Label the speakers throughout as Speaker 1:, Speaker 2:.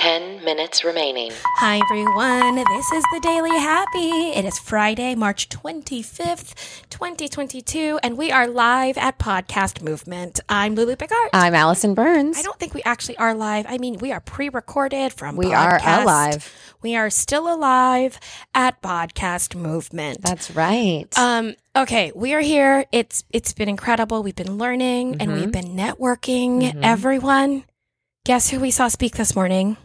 Speaker 1: 10 minutes remaining.
Speaker 2: Hi, everyone. This is the Daily Happy. It is Friday, March 25th, 2022, and we are live at Podcast Movement. I'm Lulu Picard.
Speaker 3: I'm Allison Burns.
Speaker 2: I don't think we actually are live. I mean, we are pre recorded from
Speaker 3: We are
Speaker 2: Podcast.
Speaker 3: alive.
Speaker 2: We are still alive at Podcast Movement.
Speaker 3: That's right.
Speaker 2: Um, okay, we are here. It's it's been incredible. We've been learning and
Speaker 3: Mm-hmm.
Speaker 2: we've been networking. Everyone, guess who we saw speak this morning?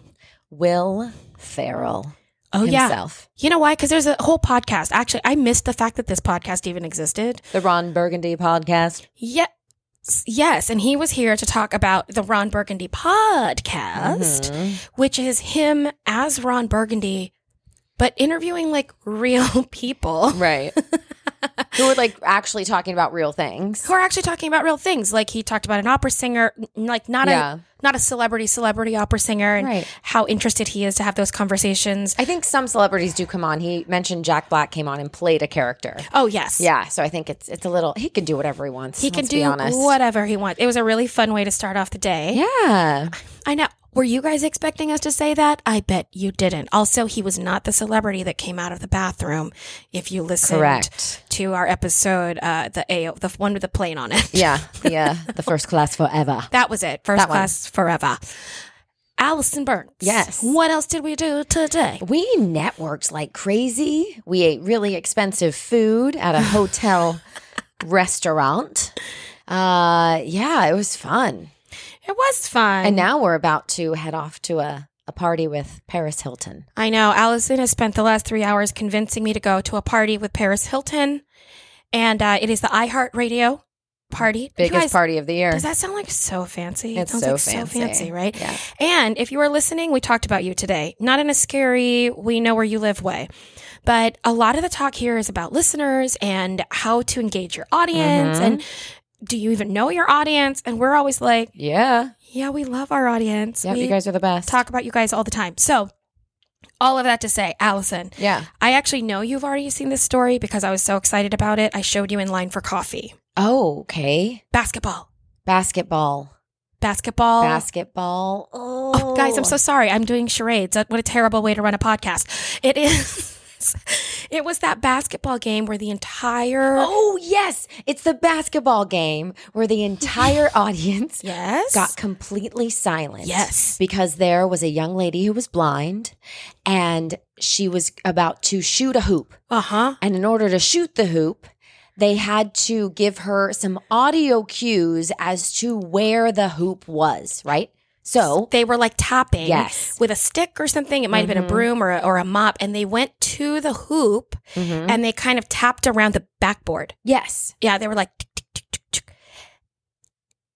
Speaker 3: Will Farrell
Speaker 2: Oh yeah.
Speaker 3: himself,
Speaker 2: You know why? Because there's a whole podcast. Actually, I missed the fact that this podcast even existed.
Speaker 3: the Ron Burgundy podcast.
Speaker 2: Yes, yes, and he was here to talk about the Ron Burgundy podcast,
Speaker 3: Mm-hmm.
Speaker 2: which is him as Ron Burgundy, but interviewing like real people.
Speaker 3: Right. Who are like actually talking about real things.
Speaker 2: who are actually talking about real things. Like he talked about an opera singer, n- like not
Speaker 3: Yeah.
Speaker 2: a not a celebrity celebrity opera singer, and
Speaker 3: Right.
Speaker 2: how interested he is to have those conversations.
Speaker 3: I think some celebrities do come on. He mentioned Jack Black came on and played a character.
Speaker 2: Oh yes,
Speaker 3: Yeah, so I think it's it's a little he can do whatever he wants.
Speaker 2: he can
Speaker 3: let's be
Speaker 2: do
Speaker 3: honest.
Speaker 2: whatever he wants. It was a really fun way to start off the day.
Speaker 3: Yeah.
Speaker 2: I know. Were you guys expecting us to say that? I bet you didn't. Also, he was not the celebrity that came out of the bathroom. If you listened
Speaker 3: Correct.
Speaker 2: to our episode, uh, the AO, the one with the plane on it.
Speaker 3: Yeah. Yeah. the first class forever.
Speaker 2: That was it. First
Speaker 3: That one.
Speaker 2: class forever. Allison Burns.
Speaker 3: Yes.
Speaker 2: What else did we do today?
Speaker 3: We networked like crazy. We ate really expensive food at a hotel restaurant. Uh, yeah, it was fun.
Speaker 2: It was fun.
Speaker 3: And now we're about to head off to a, a party with Paris Hilton.
Speaker 2: I know Allison has spent the last three hours convincing me to go to a party with Paris Hilton, and uh, it is the iHeartRadio party. You
Speaker 3: Biggest
Speaker 2: guys-
Speaker 3: party of the year.
Speaker 2: Does that sound like so fancy?
Speaker 3: It's
Speaker 2: it sounds
Speaker 3: so
Speaker 2: like
Speaker 3: fancy.
Speaker 2: so fancy, right?
Speaker 3: Yeah.
Speaker 2: And if you are listening, we talked about you today, not in a scary, we know where you live way, but a lot of the talk here is about listeners and how to engage your audience
Speaker 3: Mhm.
Speaker 2: and. Do you even know your audience? And we're always like,
Speaker 3: yeah.
Speaker 2: yeah, we love our audience.
Speaker 3: Yeah,
Speaker 2: we
Speaker 3: you guys are the best.
Speaker 2: talk about you guys all the time. So, all of that to say, Allison,
Speaker 3: Yeah.
Speaker 2: I actually know you've already seen this story because I was so excited about it. I showed you in line for coffee.
Speaker 3: Oh, okay.
Speaker 2: Basketball.
Speaker 3: Basketball.
Speaker 2: Basketball.
Speaker 3: Basketball. Oh.
Speaker 2: Oh, guys, I'm so sorry. I'm doing charades. That- What a terrible way to run a podcast. It is. It was that basketball game where the entire
Speaker 3: Oh, yes. It's the basketball game where the entire audience
Speaker 2: yes
Speaker 3: got completely silent.
Speaker 2: Yes.
Speaker 3: Because there was a young lady who was blind and she was about to shoot a hoop.
Speaker 2: uh huh
Speaker 3: And in order to shoot the hoop, they had to give her some audio cues as to where the hoop was, right? So,
Speaker 2: they were like tapping
Speaker 3: Yes. Mm-hmm.
Speaker 2: with a stick or something. It might have been a broom or a, or a mop, and they went to the hoop
Speaker 3: Mm-hmm.
Speaker 2: and they kind of tapped around the backboard.
Speaker 3: yes.
Speaker 2: Yeah, they were like, tick, tick, tick, tick, tick.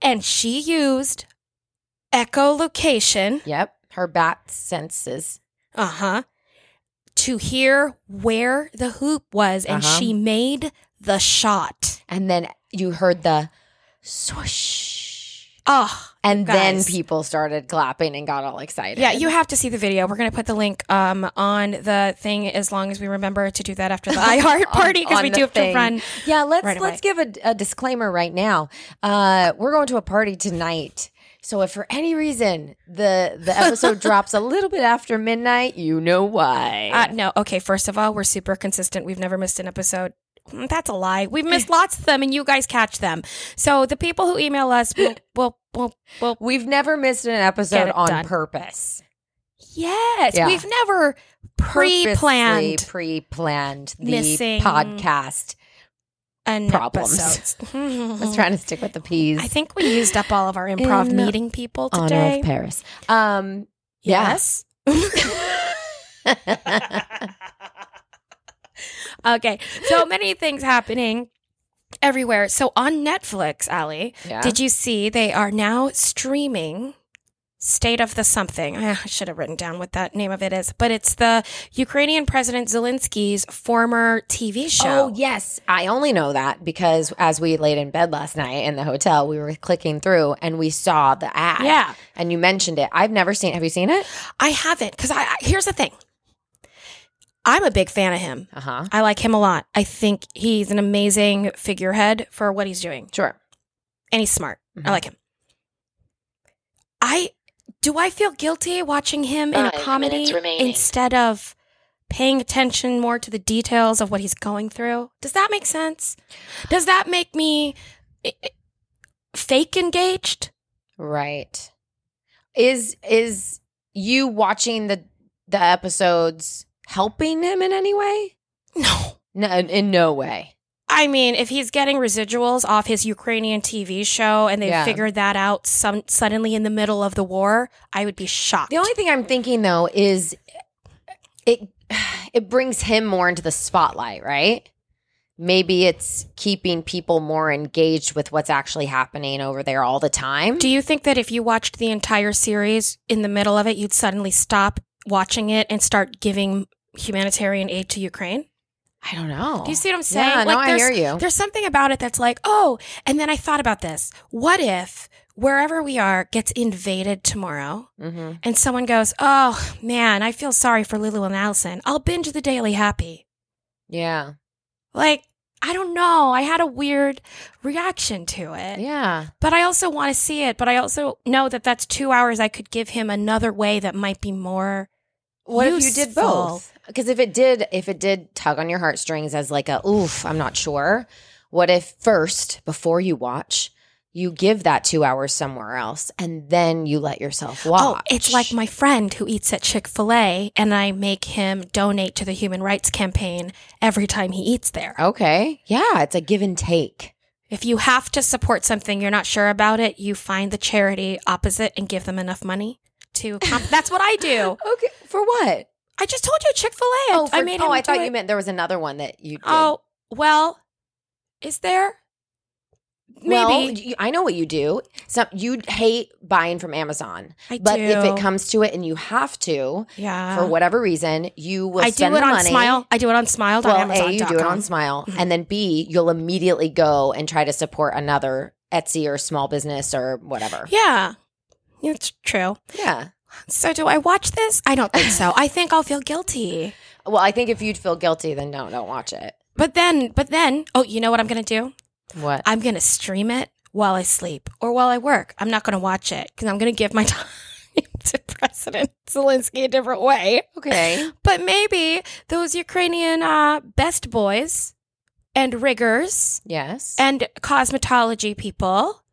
Speaker 2: and she used echolocation,
Speaker 3: Yep. Her bat senses.
Speaker 2: uh huh, to hear where the hoop was, and
Speaker 3: Uh-huh.
Speaker 2: she made the shot.
Speaker 3: And then you heard the swoosh.
Speaker 2: Oh,
Speaker 3: And then
Speaker 2: guys.
Speaker 3: people started clapping and got all excited.
Speaker 2: Yeah, you have to see the video. We're going to put the link um, on the thing as long as we remember to do that after the iHeart party because
Speaker 3: on
Speaker 2: we
Speaker 3: the
Speaker 2: do have
Speaker 3: thing.
Speaker 2: to run. Uh,
Speaker 3: Yeah, let's
Speaker 2: right away.
Speaker 3: let's give a, a disclaimer right now. Uh, we're going to a party tonight. So if for any reason the the episode drops a little bit after midnight, you know why.
Speaker 2: Uh, no, okay, first of all, we're super consistent. We've never missed an episode. Mm, That's a lie. We've missed lots of them and you guys catch them. So the people who email us will, will, will, will
Speaker 3: We've never missed an episode
Speaker 2: it
Speaker 3: on
Speaker 2: done.
Speaker 3: purpose.
Speaker 2: yes,
Speaker 3: Yeah.
Speaker 2: we've never pre planned
Speaker 3: pre planned the
Speaker 2: Missing
Speaker 3: podcast.
Speaker 2: an
Speaker 3: problems.
Speaker 2: episode.
Speaker 3: I was trying to stick with the P's.
Speaker 2: I think we used up all of our improv
Speaker 3: In
Speaker 2: meeting people
Speaker 3: honor
Speaker 2: today.
Speaker 3: of Paris. Um, yeah.
Speaker 2: Yes. Okay. So many things happening everywhere. So on Netflix, Ali,
Speaker 3: Yeah.
Speaker 2: did you see they are now streaming State of the Something? Ah, I should have written down what that name of it is, but it's the Ukrainian President Zelensky's former TV show.
Speaker 3: Oh yes, I only know that because as we laid in bed last night in the hotel, we were clicking through and we saw the ad.
Speaker 2: Yeah.
Speaker 3: and you mentioned it. I've never seen. Have you seen it?
Speaker 2: I haven't because I, I here's the thing. I'm a big fan of him.
Speaker 3: Uh huh.
Speaker 2: I like him a lot. I think he's an amazing figurehead for what he's doing.
Speaker 3: Sure.
Speaker 2: and he's smart.
Speaker 3: Mhm.
Speaker 2: I like him. I do I feel guilty watching him in a
Speaker 1: Five
Speaker 2: comedy
Speaker 1: minutes remaining.
Speaker 2: instead of paying attention more to the details of what he's going through? Does that make sense? Does that make me eh, eh, fake engaged?
Speaker 3: Right. Is is you watching the the episodes helping him in any way?
Speaker 2: No.
Speaker 3: No, in- in no way.
Speaker 2: I mean, if he's getting residuals off his Ukrainian TV show and they
Speaker 3: Yeah.
Speaker 2: figured that out some suddenly in the middle of the war, I would be shocked.
Speaker 3: The only thing I'm thinking though is it it brings him more into the spotlight, right? Maybe it's keeping people more engaged with what's actually happening over there all the time.
Speaker 2: Do you think that if you watched the entire series in the middle of it, you'd suddenly stop watching it and start giving humanitarian aid to Ukraine?
Speaker 3: I don't know.
Speaker 2: Do you see what I'm saying?
Speaker 3: Yeah, no, I
Speaker 2: there's,
Speaker 3: hear you.
Speaker 2: There's something about it that's like, oh, and then I thought about this. What if wherever we are gets invaded tomorrow
Speaker 3: hmm
Speaker 2: and someone goes, oh man, I feel sorry for Lulu and Allison. I'll binge the Daily Happy.
Speaker 3: Yeah.
Speaker 2: Like, I don't know. I had a weird reaction to it.
Speaker 3: Yeah.
Speaker 2: But I also want to see it. But I also know that that's two hours I could give him another way that might be more.
Speaker 3: What if you did
Speaker 2: Useful.
Speaker 3: both? Because if it did, if it did tug on your heartstrings as like a oof, I'm not sure. What if first, before you watch, you give that two hours somewhere else, and then you let yourself watch?
Speaker 2: Oh, it's like my friend who eats at Chick fil A, and I make him donate to the human rights campaign every time he eats there.
Speaker 3: okay, yeah, it's a give and take.
Speaker 2: If you have to support something you're not sure about it, you find the charity opposite and give them enough money to. Comp- that's what I do.
Speaker 3: Okay, for what?
Speaker 2: I just told you Chick fil A.
Speaker 3: Oh, for,
Speaker 2: I made him
Speaker 3: oh, I
Speaker 2: do
Speaker 3: thought
Speaker 2: it.
Speaker 3: you meant there was another one that you. Did.
Speaker 2: Oh, well, is there? Maybe.
Speaker 3: Well, you- I know what you do. Some you hate buying from Amazon,
Speaker 2: I
Speaker 3: but if it
Speaker 2: do.
Speaker 3: comes to it and you have to
Speaker 2: yeah.
Speaker 3: for whatever reason, you will
Speaker 2: I do
Speaker 3: spend
Speaker 2: it
Speaker 3: the
Speaker 2: on
Speaker 3: money.
Speaker 2: Smile. I do it on Smile.
Speaker 3: well, A, you do it on Smile,
Speaker 2: Mhm.
Speaker 3: and then B, you'll immediately go and try to support another Etsy or small business or whatever.
Speaker 2: Yeah, it's true.
Speaker 3: Yeah.
Speaker 2: So, do I watch this? I don't think so. I think I'll feel guilty.
Speaker 3: Well, I think if you'd feel guilty, then don't don't watch it.
Speaker 2: But then, but then, oh, you know what I'm gonna do?
Speaker 3: What?
Speaker 2: I'm gonna stream it while I sleep or while I work. I'm not gonna watch it because I'm gonna give my time to President Zelensky a different way.
Speaker 3: Okay.
Speaker 2: But maybe those Ukrainian uh, best boys and riggers
Speaker 3: yes.
Speaker 2: and cosmetology people,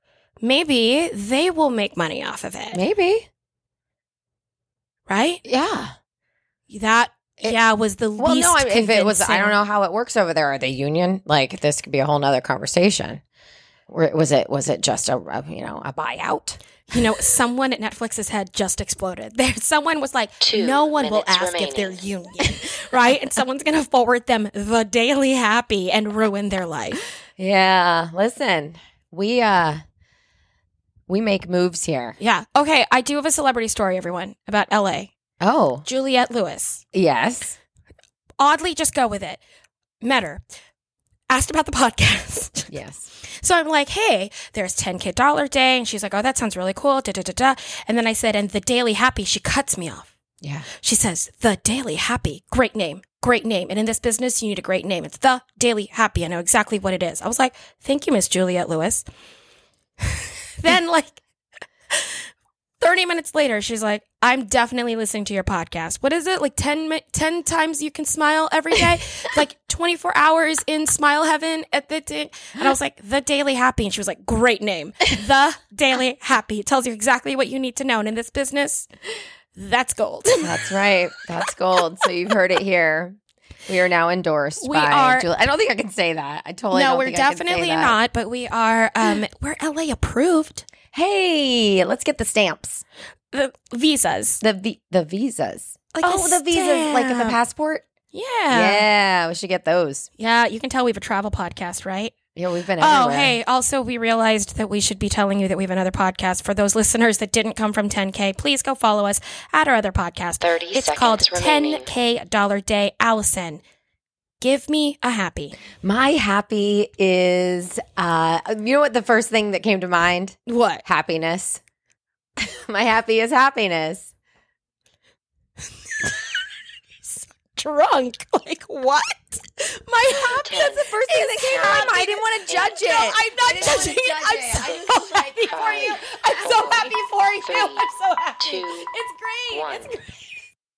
Speaker 2: maybe they will make money off of it,
Speaker 3: Maybe.
Speaker 2: right?
Speaker 3: Yeah.
Speaker 2: That
Speaker 3: It-
Speaker 2: yeah was the
Speaker 3: Well,
Speaker 2: least.
Speaker 3: no. I mean, if it was, I don't
Speaker 2: convincing.
Speaker 3: know how it works over there. Are they union? Like this could be a whole nother conversation. Where was it? Was it just a a, you know a buyout?
Speaker 2: You know, someone at Netflix's head just exploded. There, someone was like,
Speaker 1: Two
Speaker 2: "No one will
Speaker 1: minutes
Speaker 2: ask if they're
Speaker 1: remaining.
Speaker 2: union, right?" And someone's gonna forward them the Daily Happy and ruin their life.
Speaker 3: Yeah. Listen, we uh we make moves here.
Speaker 2: Yeah. Okay, I do have a celebrity story, everyone, about L.A.
Speaker 3: Oh
Speaker 2: Juliette Lewis.
Speaker 3: yes.
Speaker 2: oddly just go with it. Met her, asked about the podcast.
Speaker 3: Yes.
Speaker 2: so I'm like, hey, there's 10K dollar day. And she's like, oh, that sounds really cool. Da, da, da, da. And then I said, and the Daily Happy, she cuts me off.
Speaker 3: Yeah.
Speaker 2: She says, the Daily Happy, great name, great name. And in this business, you need a great name. It's the Daily Happy. I know exactly what it is. I was like, thank you, Miss Juliette Lewis. then, like, 30 minutes later, she's like, I'm definitely listening to your podcast. What is it? Like 10, mi- 10 times you can smile every day? like 24 hours in smile heaven at the thing. And I was like, The Daily Happy. And she was like, Great name. The Daily Happy. It tells you exactly what you need to know. And in this business, that's gold.
Speaker 3: That's right. That's gold. so you've heard it here. We are now endorsed
Speaker 2: We
Speaker 3: by
Speaker 2: are-
Speaker 3: Julie. I don't think I can say that. I totally
Speaker 2: no,
Speaker 3: don't
Speaker 2: we're
Speaker 3: think I can say
Speaker 2: definitely
Speaker 3: that.
Speaker 2: not, but we are, um, we're LA approved.
Speaker 3: Hey, let's get the stamps.
Speaker 2: The visas.
Speaker 3: The vi- the visas.
Speaker 2: Like
Speaker 3: oh, the visas like the
Speaker 2: stamp.
Speaker 3: passport?
Speaker 2: Yeah.
Speaker 3: Yeah, we should get those.
Speaker 2: Yeah. You can tell we have a travel podcast, right?
Speaker 3: Yeah, we've been
Speaker 2: Oh,
Speaker 3: everywhere.
Speaker 2: hey. Also, we realized that we should be telling you that we have another podcast. For those listeners that didn't come from 10K, please go follow us at our other podcast.
Speaker 1: 30
Speaker 2: It's
Speaker 1: seconds
Speaker 2: called
Speaker 1: remaining.
Speaker 2: 10K Dollar Day. Allison, give me a happy.
Speaker 3: My happy is uh you know what the first thing that came to mind?
Speaker 2: What?
Speaker 3: Happiness. My happy is happiness.
Speaker 2: Drunk. Like, what? My happy
Speaker 3: That's the first thing that
Speaker 2: It's
Speaker 3: came to my mind. I
Speaker 2: happening.
Speaker 3: didn't want to judge it.
Speaker 2: No, I'm not
Speaker 3: I didn't wanna
Speaker 2: judging it.
Speaker 3: judge it.
Speaker 2: I'm so
Speaker 3: I was just like,
Speaker 2: happy for
Speaker 3: alright.
Speaker 2: you. I'm so
Speaker 3: Alright.
Speaker 2: happy for you.
Speaker 1: Three,
Speaker 2: I'm so happy.
Speaker 1: two,
Speaker 2: it's great.
Speaker 1: one.
Speaker 2: It's great.